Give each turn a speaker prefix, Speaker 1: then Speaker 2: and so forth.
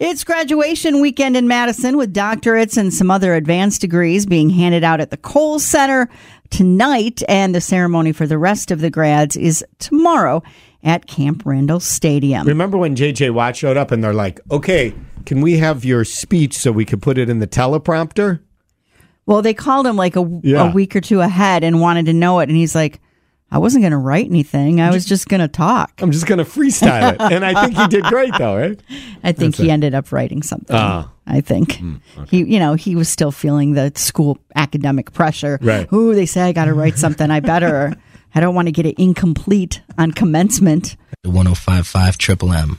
Speaker 1: It's graduation weekend in Madison with doctorates and some other advanced degrees being handed out at the Kohl Center tonight, and the ceremony for the rest of the grads is tomorrow at Camp Randall Stadium.
Speaker 2: Remember when JJ Watt showed up and they're like, okay, can we have your speech so we could put it in the teleprompter?
Speaker 1: Well, they called him like a,
Speaker 2: Yeah.
Speaker 1: a week or two ahead and wanted to know it, and he's like, I wasn't going to write anything. I was just going to talk.
Speaker 2: I'm just going to freestyle it. And I think he did great, though, right?
Speaker 1: I think he ended up writing something. I think he, you know, he was still feeling the school academic pressure.
Speaker 2: Right.
Speaker 1: Ooh, they say I got to write something. I better. I don't want to get it incomplete on commencement.
Speaker 3: 1055 Triple M.